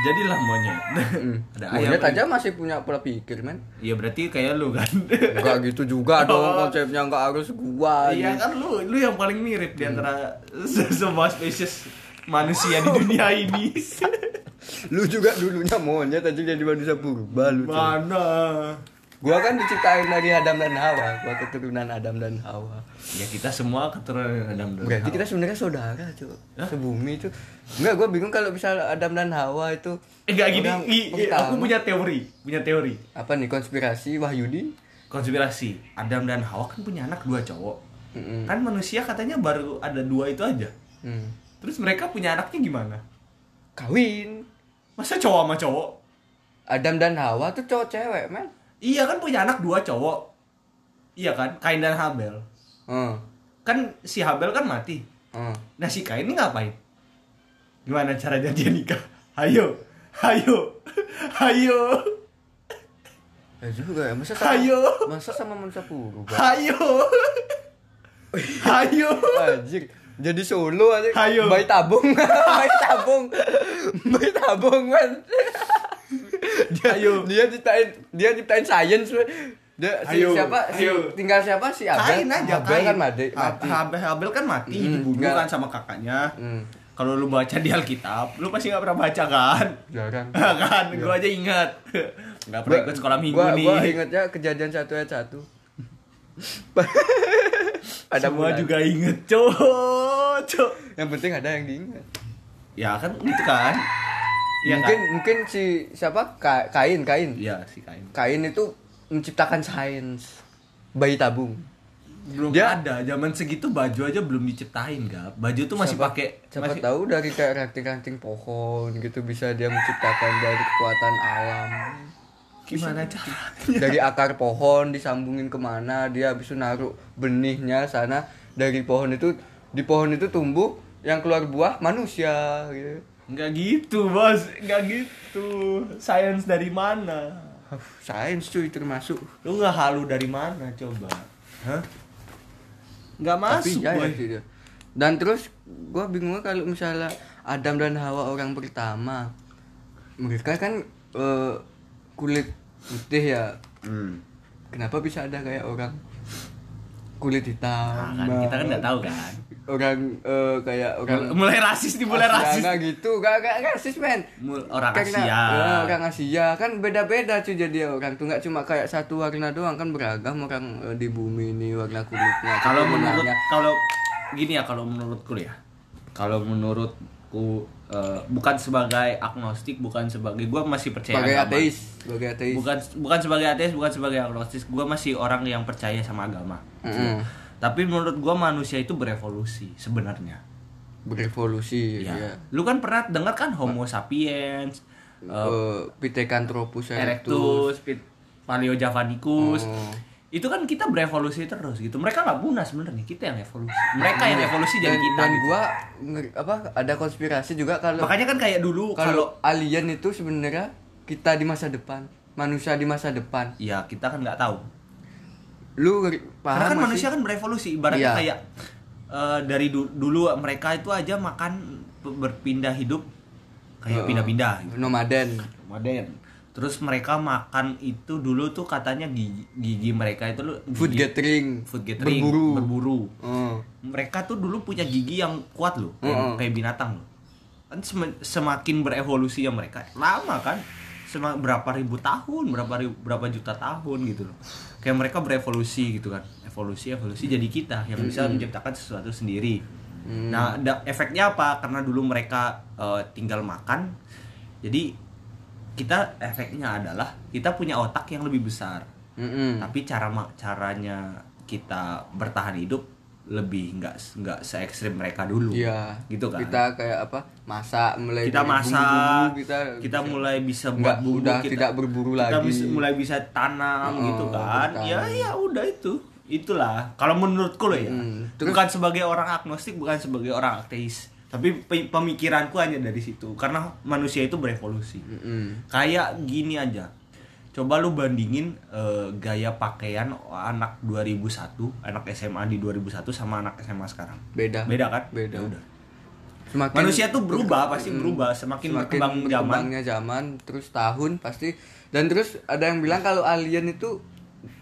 [SPEAKER 1] Jadilah monyet. ada ayam.
[SPEAKER 2] Mm. Monyet aja masih punya pola pikir men
[SPEAKER 1] Iya berarti kayak lu kan.
[SPEAKER 2] Enggak gitu juga dong konsepnya enggak harus gua.
[SPEAKER 1] Iya kan lu lu yang paling mirip di antara se- semua spesies manusia di dunia ini.
[SPEAKER 2] lu juga dulunya monyet aja jadi manusia purba lu tuh.
[SPEAKER 3] Mana?
[SPEAKER 2] Gua kan diciptain dari Adam dan Hawa, gua keturunan Adam dan Hawa.
[SPEAKER 1] ya kita semua keturunan Adam dan
[SPEAKER 2] Berarti
[SPEAKER 1] Hawa.
[SPEAKER 2] kita sebenarnya saudara, Cuk. Sebumi itu. Enggak, gua bingung kalau bisa Adam dan Hawa itu
[SPEAKER 1] Eh, nggak gini,
[SPEAKER 2] orang
[SPEAKER 1] i- i-
[SPEAKER 2] pertama.
[SPEAKER 1] aku punya teori, punya teori.
[SPEAKER 2] apa nih konspirasi Wahyudi?
[SPEAKER 1] Konspirasi. Adam dan Hawa kan punya anak dua cowok. Kan manusia katanya baru ada dua itu aja.
[SPEAKER 2] Hmm.
[SPEAKER 1] Terus mereka punya anaknya gimana?
[SPEAKER 2] Kawin.
[SPEAKER 1] Masa cowok sama cowok?
[SPEAKER 2] Adam dan Hawa tuh cowok cewek, men.
[SPEAKER 1] Iya kan punya anak dua cowok. Iya kan? Kain dan Habel.
[SPEAKER 2] Heeh.
[SPEAKER 1] Kan si Habel kan mati.
[SPEAKER 2] Heeh.
[SPEAKER 1] Nah si Kain ini ngapain? Gimana caranya dia nikah? Hayo. Hayo. Hayo.
[SPEAKER 2] Ya juga ya, masa sama,
[SPEAKER 1] Hayo.
[SPEAKER 2] masa sama manusia purba.
[SPEAKER 1] Hayo. Hayo.
[SPEAKER 2] Anjir, jadi solo aja.
[SPEAKER 1] Hayo.
[SPEAKER 2] Bayi tabung. Bayi tabung. Bayi tabung, men. dia,
[SPEAKER 1] Hayo.
[SPEAKER 2] dia ciptain dia ciptain science, men. Dia, si,
[SPEAKER 3] Hayo.
[SPEAKER 2] siapa si,
[SPEAKER 3] Hayo.
[SPEAKER 2] tinggal siapa si Ya, Abel?
[SPEAKER 1] Kain aja
[SPEAKER 2] Abel
[SPEAKER 1] Kain.
[SPEAKER 2] kan mati.
[SPEAKER 1] Ha-
[SPEAKER 2] mati.
[SPEAKER 1] Habel, Habel kan mati
[SPEAKER 2] Mm,
[SPEAKER 1] dibunuh
[SPEAKER 2] enggak.
[SPEAKER 1] kan sama kakaknya.
[SPEAKER 2] Hmm,
[SPEAKER 1] Kalau lu baca di Alkitab, lu pasti nggak pernah baca kan?
[SPEAKER 2] jarang.
[SPEAKER 1] kan, gua aja ingat. Nggak pernah ikut sekolah minggu
[SPEAKER 2] Iya. gua,
[SPEAKER 1] nih.
[SPEAKER 2] Gua ingetnya kejadian satu ayat satu. ada
[SPEAKER 1] Semua
[SPEAKER 2] bulan.
[SPEAKER 1] juga inget, cowok, cowok.
[SPEAKER 2] Yang penting ada yang diingat.
[SPEAKER 1] Ya kan gitu kan? Iya
[SPEAKER 2] mungkin
[SPEAKER 1] kan?
[SPEAKER 2] mungkin si siapa Ka- kain kain
[SPEAKER 1] Iya si kain.
[SPEAKER 2] kain itu menciptakan sains bayi tabung
[SPEAKER 1] Belum
[SPEAKER 2] Dia-
[SPEAKER 1] ada zaman segitu baju aja belum diciptain, gak? Baju tuh masih
[SPEAKER 2] Siapa-
[SPEAKER 1] pakai
[SPEAKER 2] siapa
[SPEAKER 1] masih-
[SPEAKER 2] tahu dari kayak ranting-ranting pohon gitu bisa dia menciptakan dari kekuatan alam
[SPEAKER 1] Iya. gimana cara?
[SPEAKER 2] dari akar pohon disambungin kemana dia habis itu naruh benihnya sana dari pohon itu di pohon itu tumbuh yang keluar buah manusia gitu
[SPEAKER 1] Nggak gitu, Bos. Nggak gitu. Sains dari mana?
[SPEAKER 2] Huh, sains cuy termasuk
[SPEAKER 1] Lu nggak halu dari mana coba? Hah? Nggak
[SPEAKER 2] tapi
[SPEAKER 1] masuk,
[SPEAKER 2] ya, ya
[SPEAKER 1] boy.
[SPEAKER 2] sih dia. dan terus gua bingungnya kalau misalnya Adam dan Hawa orang pertama mereka kan eh, kulit putih ya kenapa bisa ada kayak orang kulit hitam
[SPEAKER 1] Nah, kan, kita kan nggak tahu kan.
[SPEAKER 2] orang eh, kayak orang
[SPEAKER 1] Mulai rasis nih, mulai rasis.
[SPEAKER 2] Asiana gitu gak gak rasis men
[SPEAKER 1] Mul- orang
[SPEAKER 2] Karena-
[SPEAKER 1] Asia.
[SPEAKER 2] ya, orang Asia kan beda-beda cuy jadi orang tuh nggak cuma kayak satu warna doang kan beragam orang eh, di bumi ini warna kulitnya
[SPEAKER 1] Kalau
[SPEAKER 2] Tapi
[SPEAKER 1] menurut
[SPEAKER 2] warnanya-
[SPEAKER 1] kalau gini ya kalau menurutku ya. Kalau menurutku eh, bukan sebagai agnostik, bukan sebagai gua masih percaya
[SPEAKER 2] sebagai
[SPEAKER 1] agama.
[SPEAKER 2] ateis sebagai ateis
[SPEAKER 1] Bukan bukan sebagai ateis, bukan sebagai agnostis. Gua masih orang yang percaya sama agama.
[SPEAKER 2] Mm-mm.
[SPEAKER 1] Tapi menurut gua manusia itu berevolusi sebenarnya.
[SPEAKER 2] berevolusi
[SPEAKER 1] Ya.
[SPEAKER 2] ya,
[SPEAKER 1] Lu kan pernah dengar kan Homo
[SPEAKER 2] Nah.
[SPEAKER 1] sapiens, eh,
[SPEAKER 2] Eh, Pithecanthropus erectus
[SPEAKER 1] Erectus, Pit- Paleojavanicus.
[SPEAKER 2] Oh.
[SPEAKER 1] Itu kan kita berevolusi terus gitu. Mereka nggak punah sebenarnya, kita yang evolusi. Mereka yang evolusi jadi
[SPEAKER 2] Iya. dan,
[SPEAKER 1] kita.
[SPEAKER 2] dan
[SPEAKER 1] gitu.
[SPEAKER 2] gua ngeri- apa ada konspirasi juga kalau
[SPEAKER 1] Makanya kan kayak dulu kalau
[SPEAKER 2] kalau alien itu sebenarnya kita di masa depan manusia di masa depan
[SPEAKER 1] ya kita kan nggak tahu.
[SPEAKER 2] lu ngeri-
[SPEAKER 1] Karena
[SPEAKER 2] paham
[SPEAKER 1] kan
[SPEAKER 2] nggak
[SPEAKER 1] manusia
[SPEAKER 2] sih?
[SPEAKER 1] kan berevolusi. Ibaratnya
[SPEAKER 2] Iya.
[SPEAKER 1] kayak eh, dari du- dulu mereka itu aja makan pe- berpindah hidup kayak
[SPEAKER 2] Heeh.
[SPEAKER 1] pindah-pindah. gitu.
[SPEAKER 2] nomaden
[SPEAKER 1] Nomaden. Terus mereka makan itu dulu tuh katanya gigi, gigi mereka itu lu-
[SPEAKER 2] food
[SPEAKER 1] gigi-
[SPEAKER 2] gathering
[SPEAKER 1] Iya. food gathering, Hmm.
[SPEAKER 2] berburu,
[SPEAKER 1] berburu.
[SPEAKER 2] Heeh.
[SPEAKER 1] mereka tuh dulu punya gigi yang kuat loh, yang
[SPEAKER 2] Mm-mm.
[SPEAKER 1] kayak binatang loh. Kan sem- semakin berevolusi ya mereka, lama kan? Sema berapa ribu tahun, berapa ribu- berapa juta tahun gitu loh. Kayak mereka berevolusi gitu kan. Evolusi evolusi jadi kita yang bisa menciptakan sesuatu sendiri. Nah, da- efeknya apa? Karena dulu mereka eh, tinggal makan. Jadi kita efeknya adalah kita punya otak yang lebih besar
[SPEAKER 2] Mm-mm.
[SPEAKER 1] tapi cara ma- caranya kita bertahan hidup lebih nggak se- nggak se ekstrim mereka dulu
[SPEAKER 2] Iya.
[SPEAKER 1] gitu kan
[SPEAKER 2] Kita kayak apa? Masak mulai
[SPEAKER 1] kita
[SPEAKER 2] dari
[SPEAKER 1] masak
[SPEAKER 2] bumbu-bumbu,
[SPEAKER 1] kita,
[SPEAKER 2] bisa-
[SPEAKER 1] mulai bisa buat
[SPEAKER 2] nggak-
[SPEAKER 1] bumbu
[SPEAKER 2] udah
[SPEAKER 1] kita
[SPEAKER 2] tidak berburu
[SPEAKER 1] kita
[SPEAKER 2] lagi.
[SPEAKER 1] bisa- mulai bisa tanam
[SPEAKER 2] Oh,
[SPEAKER 1] gitu kan ya
[SPEAKER 2] bertani.
[SPEAKER 1] ya udah itu itulah kalau menurutku loh ya
[SPEAKER 2] Hmm, terus-
[SPEAKER 1] bukan sebagai orang agnostik bukan sebagai orang ateis tapi pe- pemikiranku hanya dari situ karena manusia itu berevolusi
[SPEAKER 2] Mm-mm.
[SPEAKER 1] kayak gini aja coba lu bandingin eh, gaya pakaian anak 2001 anak SMA di 2001 sama anak SMA sekarang
[SPEAKER 2] Beda.
[SPEAKER 1] beda kan
[SPEAKER 2] Beda.
[SPEAKER 1] Ya udah.
[SPEAKER 2] Semakin
[SPEAKER 1] manusia tuh berubah pasti berubah semakin,
[SPEAKER 2] semakin
[SPEAKER 1] berkembang zaman
[SPEAKER 2] berkembangnya zaman, terus tahun pasti dan terus ada yang bilang kalau alien itu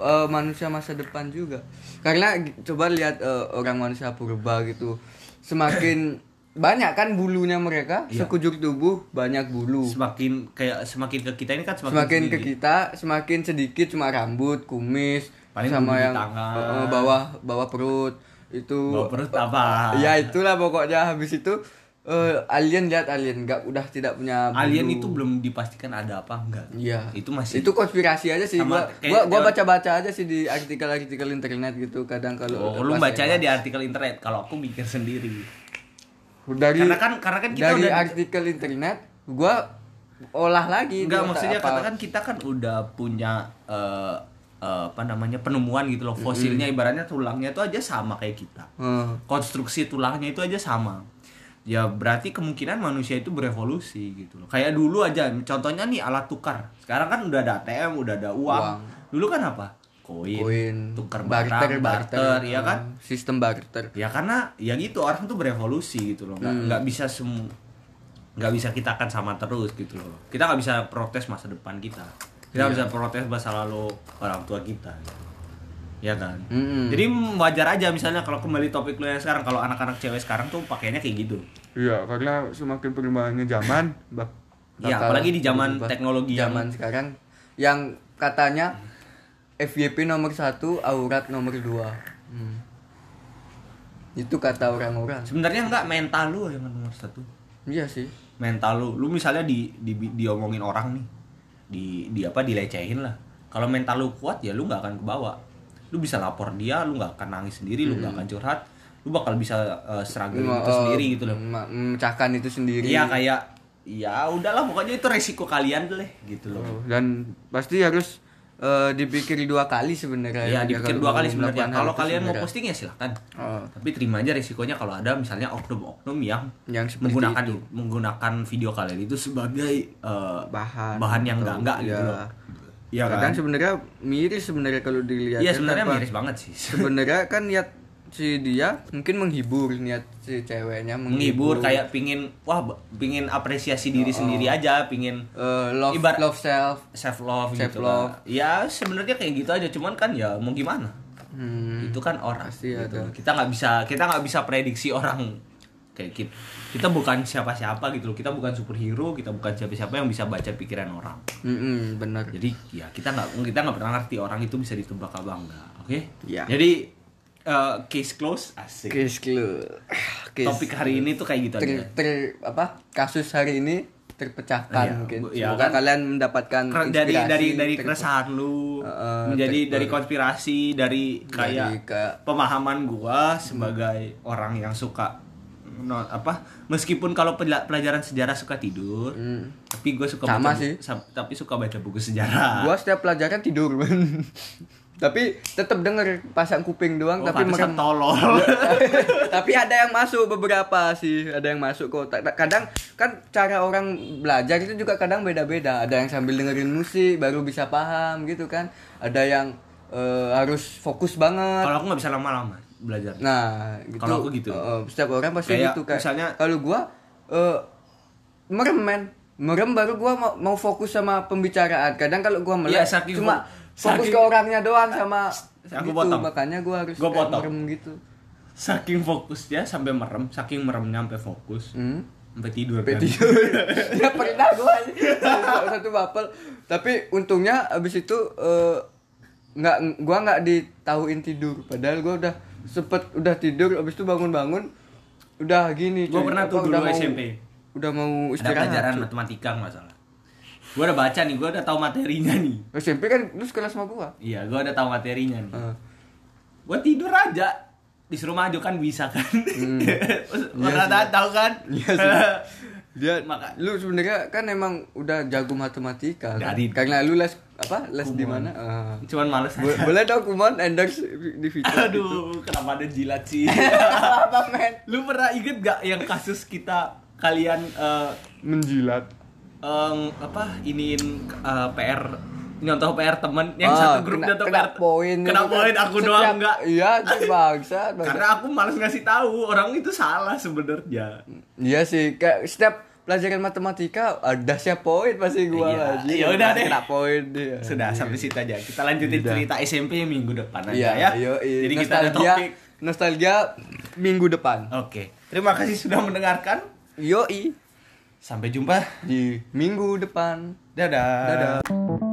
[SPEAKER 2] eh, manusia masa depan juga. Karena g- coba lihat eh, orang manusia purba gitu. Semakin banyak kan bulunya mereka
[SPEAKER 1] Iya.
[SPEAKER 2] sekujur tubuh banyak bulu
[SPEAKER 1] semakin kayak semakin ke kita ini kan semakin,
[SPEAKER 2] semakin ke
[SPEAKER 1] sedikit.
[SPEAKER 2] kita semakin sedikit cuma rambut kumis
[SPEAKER 1] Paling bulu
[SPEAKER 2] sama
[SPEAKER 1] di
[SPEAKER 2] yang
[SPEAKER 1] tangan.
[SPEAKER 2] eh, eh, bawah bawah perut itu
[SPEAKER 1] Bawah perut apa?
[SPEAKER 2] ya itulah pokoknya habis itu eh, alien lihat alien nggak udah tidak punya bulu.
[SPEAKER 1] alien itu belum dipastikan ada apa enggak
[SPEAKER 2] Iya.
[SPEAKER 1] itu masih
[SPEAKER 2] Itu konspirasi aja sih.
[SPEAKER 1] Sama
[SPEAKER 2] Gua
[SPEAKER 1] kayak
[SPEAKER 2] gua gua
[SPEAKER 1] teori-
[SPEAKER 2] baca-baca aja sih di artikel-artikel internet gitu kadang kalau ya.
[SPEAKER 1] Oh, lu
[SPEAKER 2] pas-
[SPEAKER 1] bacanya di artikel internet. Kalau aku mikir sendiri.
[SPEAKER 2] dari
[SPEAKER 1] Karena kan- karena kan kita
[SPEAKER 2] dari
[SPEAKER 1] udah-
[SPEAKER 2] artikel internet gua olah lagi
[SPEAKER 1] Enggak
[SPEAKER 2] di otak
[SPEAKER 1] maksudnya
[SPEAKER 2] Iya, apa.
[SPEAKER 1] katakan kita kan udah punya eh, eh, apa namanya penemuan gitu loh fosilnya ibaratnya tulangnya itu aja sama kayak kita.
[SPEAKER 2] Hmm.
[SPEAKER 1] Konstruksi tulangnya itu aja sama. Ya berarti kemungkinan manusia itu berevolusi gitu loh. Kayak dulu aja contohnya nih alat tukar. Sekarang kan udah ada ATM, udah ada uang.
[SPEAKER 2] Uang.
[SPEAKER 1] Dulu kan apa? Koin,
[SPEAKER 2] koin
[SPEAKER 1] tukar barang, barter, ya kan?
[SPEAKER 2] Hmm, sistem barter
[SPEAKER 1] ya karena ya gitu orang tuh berevolusi gitu loh nggak
[SPEAKER 2] Hmm.
[SPEAKER 1] nggak bisa semua nggak bisa kita akan sama terus gitu loh kita nggak bisa protes masa depan kita kita
[SPEAKER 2] Iya.
[SPEAKER 1] nggak bisa protes masa lalu orang tua kita gitu. ya kan
[SPEAKER 2] Mm-mm.
[SPEAKER 1] jadi wajar aja misalnya kalau kembali topik lu yang sekarang kalau anak-anak cewek sekarang tuh pakainya kayak gitu
[SPEAKER 4] Iya, karena semakin perkembangannya zaman, bak
[SPEAKER 1] Iya,
[SPEAKER 2] Bakal
[SPEAKER 1] apalagi di zaman
[SPEAKER 2] berubah.
[SPEAKER 1] teknologi yang-
[SPEAKER 2] zaman sekarang yang katanya FYP nomor satu aurat nomor dua Hmm. itu kata orang-orang
[SPEAKER 1] sebenarnya nggak mental lu yang nomor satu
[SPEAKER 2] iya sih
[SPEAKER 1] mental lu lu misalnya di, di diomongin orang nih di di apa dilecehin lah kalau mental lu kuat ya lu nggak akan kebawa lu bisa lapor dia lu nggak akan nangis sendiri lu nggak akan curhat lu bakal bisa eh, struggle itu
[SPEAKER 2] Ma- Hmm. eh,
[SPEAKER 1] sendiri gitu loh
[SPEAKER 2] ma- memecahkan itu sendiri
[SPEAKER 1] iya kayak ya udahlah pokoknya itu resiko kalian deh gitu
[SPEAKER 2] Oh,
[SPEAKER 1] loh
[SPEAKER 2] dan pasti harus eh, dipikir dua kali sebenarnya
[SPEAKER 1] Iya
[SPEAKER 2] ya, Kalau
[SPEAKER 1] dipikir dua
[SPEAKER 2] mau
[SPEAKER 1] kali sebenarnya.
[SPEAKER 2] melakukan hal
[SPEAKER 1] Kalau
[SPEAKER 2] itu
[SPEAKER 1] kalian mau
[SPEAKER 2] sebenarnya.
[SPEAKER 1] posting ya silahkan.
[SPEAKER 2] Oh.
[SPEAKER 1] Tapi terima aja risikonya kalau ada misalnya oknum-oknum yang,
[SPEAKER 2] Yang seperti
[SPEAKER 1] menggunakan menggunakan video kalian itu sebagai eh,
[SPEAKER 2] Bahan
[SPEAKER 1] bahan yang
[SPEAKER 2] atau-
[SPEAKER 1] enggak enggak gitu
[SPEAKER 2] iya.
[SPEAKER 1] loh. Iya kan?
[SPEAKER 2] kadang sebenarnya miris sebenarnya kalau dilihat
[SPEAKER 1] Iya sebenarnya
[SPEAKER 2] Kenapa?
[SPEAKER 1] miris banget sih.
[SPEAKER 2] sebenarnya kan niat si dia mungkin menghibur niat si ceweknya
[SPEAKER 1] Menghibur kayak pingin wah b- pingin apresiasi diri sendiri aja, pingin
[SPEAKER 2] Eh, love
[SPEAKER 1] Ibarat-
[SPEAKER 2] love self
[SPEAKER 1] self love
[SPEAKER 2] Self
[SPEAKER 1] gitu.
[SPEAKER 2] love.
[SPEAKER 1] lah. Ya sebenarnya kayak gitu aja, cuman kan ya mau gimana?
[SPEAKER 2] Hmm,
[SPEAKER 1] Itu kan orang.
[SPEAKER 2] Pasti
[SPEAKER 1] gitu.
[SPEAKER 2] ada.
[SPEAKER 1] Kita nggak bisa kita nggak bisa prediksi orang kayak kita. Kita bukan siapa-siapa gitu loh. Kita bukan superhero, kita bukan siapa-siapa yang bisa baca pikiran orang.
[SPEAKER 2] mm-mm, benar
[SPEAKER 1] Jadi ya kita nggak kita nggak pernah ngerti orang itu bisa ditebak apa enggak. Oke?
[SPEAKER 2] Iya.
[SPEAKER 1] Jadi eh, case close asik.
[SPEAKER 2] kiss clue Kiss.
[SPEAKER 1] Topik hari ini tuh kayak gitu aja.
[SPEAKER 2] ter, ter- apa kasus hari ini terpecahkan
[SPEAKER 1] Iya,
[SPEAKER 2] mungkin
[SPEAKER 1] bu- iya
[SPEAKER 2] semoga
[SPEAKER 1] kan?
[SPEAKER 2] kalian mendapatkan
[SPEAKER 1] Kera- dari dari dari
[SPEAKER 2] terpe-
[SPEAKER 1] keresahan lu
[SPEAKER 2] Heeh,
[SPEAKER 1] menjadi
[SPEAKER 2] ter-
[SPEAKER 1] dari konspirasi dari kayak
[SPEAKER 2] Eh, Dari ke-
[SPEAKER 1] pemahaman gua sebagai orang yang suka no- apa meskipun kalau pela- pelajaran sejarah suka tidur tapi gua suka
[SPEAKER 2] Hmm. Sama
[SPEAKER 1] baca
[SPEAKER 2] sih.
[SPEAKER 1] bu- sam- tapi suka baca buku sejarah
[SPEAKER 2] gua setiap pelajaran tidur men tapi tetap denger pasang kuping doang
[SPEAKER 1] Oh,
[SPEAKER 2] tapi
[SPEAKER 1] pantesan
[SPEAKER 2] merem
[SPEAKER 1] tolol
[SPEAKER 2] tapi ada yang masuk beberapa sih ada yang masuk kok kadang kan cara orang belajar itu juga kadang beda-beda ada yang sambil dengerin musik baru bisa paham gitu kan ada yang eh, harus fokus banget
[SPEAKER 1] kalau aku nggak bisa lama-lama belajar
[SPEAKER 2] nah gitu
[SPEAKER 1] Kalau aku gitu.
[SPEAKER 2] Eh, setiap orang pasti
[SPEAKER 1] Kayak
[SPEAKER 2] gitu kayak
[SPEAKER 1] misalnya-
[SPEAKER 2] kalau gua eh, merem men merem baru gua mau, mau fokus sama pembicaraan kadang kalau gua melek
[SPEAKER 1] Iya, saking
[SPEAKER 2] cuma
[SPEAKER 1] fo-
[SPEAKER 2] fokus
[SPEAKER 1] saking-
[SPEAKER 2] ke orangnya doang sama gitu.
[SPEAKER 1] Aku potong.
[SPEAKER 2] makanya gua harus
[SPEAKER 1] Gua
[SPEAKER 2] kayak
[SPEAKER 1] potong.
[SPEAKER 2] merem gitu
[SPEAKER 1] saking fokusnya sampai merem saking meremnya sampai fokus
[SPEAKER 2] Hmm.
[SPEAKER 1] sampai tidur kan?
[SPEAKER 2] Peti. ya pernah gua satu- satu bapel. Tapi untungnya abis itu eh, nggak gua nggak ditahuin tidur. Padahal gua udah sempet udah tidur abis itu bangun-bangun udah gini.
[SPEAKER 1] Gua
[SPEAKER 2] cuy.
[SPEAKER 1] pernah
[SPEAKER 2] Apa,
[SPEAKER 1] tuh
[SPEAKER 2] udah
[SPEAKER 1] dulu
[SPEAKER 2] mau-
[SPEAKER 1] SMP.
[SPEAKER 2] Udah mau
[SPEAKER 1] ada
[SPEAKER 2] istirahat.
[SPEAKER 1] pelajaran
[SPEAKER 2] cuy.
[SPEAKER 1] matematika nggak salah gue udah baca nih gue udah tahu materinya nih
[SPEAKER 2] SMP kan lu sekolah sama gua.
[SPEAKER 1] iya gue udah tahu materinya nih
[SPEAKER 2] Eh,
[SPEAKER 1] gue tidur aja disuruh maju kan bisa kan
[SPEAKER 2] Iya
[SPEAKER 1] pernah
[SPEAKER 2] sih.
[SPEAKER 1] tahu kan
[SPEAKER 2] Iya sih. Dia
[SPEAKER 1] Maka-
[SPEAKER 2] lu sebenarnya kan emang udah jago matematika. kan?
[SPEAKER 1] Dari-
[SPEAKER 2] Karena lu les apa? Les di
[SPEAKER 1] Kumon.
[SPEAKER 2] mana? Eh,
[SPEAKER 1] cuman males
[SPEAKER 2] bo-
[SPEAKER 1] aja
[SPEAKER 2] boleh dong kumon endorse di fitur
[SPEAKER 1] aduh kenapa ada jilat sih
[SPEAKER 2] apa men
[SPEAKER 1] lu pernah inget gak yang kasus kita kalian eh,
[SPEAKER 4] menjilat.
[SPEAKER 1] em, apa iniin eh, PR nyontoh PR temen yang
[SPEAKER 2] Ah,
[SPEAKER 1] satu grup
[SPEAKER 2] kena-
[SPEAKER 1] nyontoh
[SPEAKER 2] kena
[SPEAKER 1] PR
[SPEAKER 2] poin
[SPEAKER 1] kena
[SPEAKER 2] gitu kan.
[SPEAKER 1] poin aku
[SPEAKER 2] Setiap-
[SPEAKER 1] doang enggak
[SPEAKER 2] iya itu bangsa bangsa.
[SPEAKER 1] karena aku males ngasih tahu orang itu salah sebenarnya
[SPEAKER 2] iya sih kayak setiap pelajaran matematika ada siap poin pasti gua
[SPEAKER 1] Iya,
[SPEAKER 2] lagi
[SPEAKER 1] ya udah deh.
[SPEAKER 2] kena poin iya. dia
[SPEAKER 1] sudah sampai situ aja kita lanjutin
[SPEAKER 2] Udah.
[SPEAKER 1] cerita SMP minggu depan aja
[SPEAKER 2] iya
[SPEAKER 1] ya
[SPEAKER 2] ayo
[SPEAKER 1] jadi kita ada
[SPEAKER 2] nostalgia
[SPEAKER 1] topik
[SPEAKER 2] nostalgia minggu depan
[SPEAKER 1] Oke. Terima kasih sudah mendengarkan.
[SPEAKER 2] Yoi
[SPEAKER 1] Sampai jumpa.
[SPEAKER 2] di minggu depan.
[SPEAKER 1] Dadah.
[SPEAKER 2] Dadah.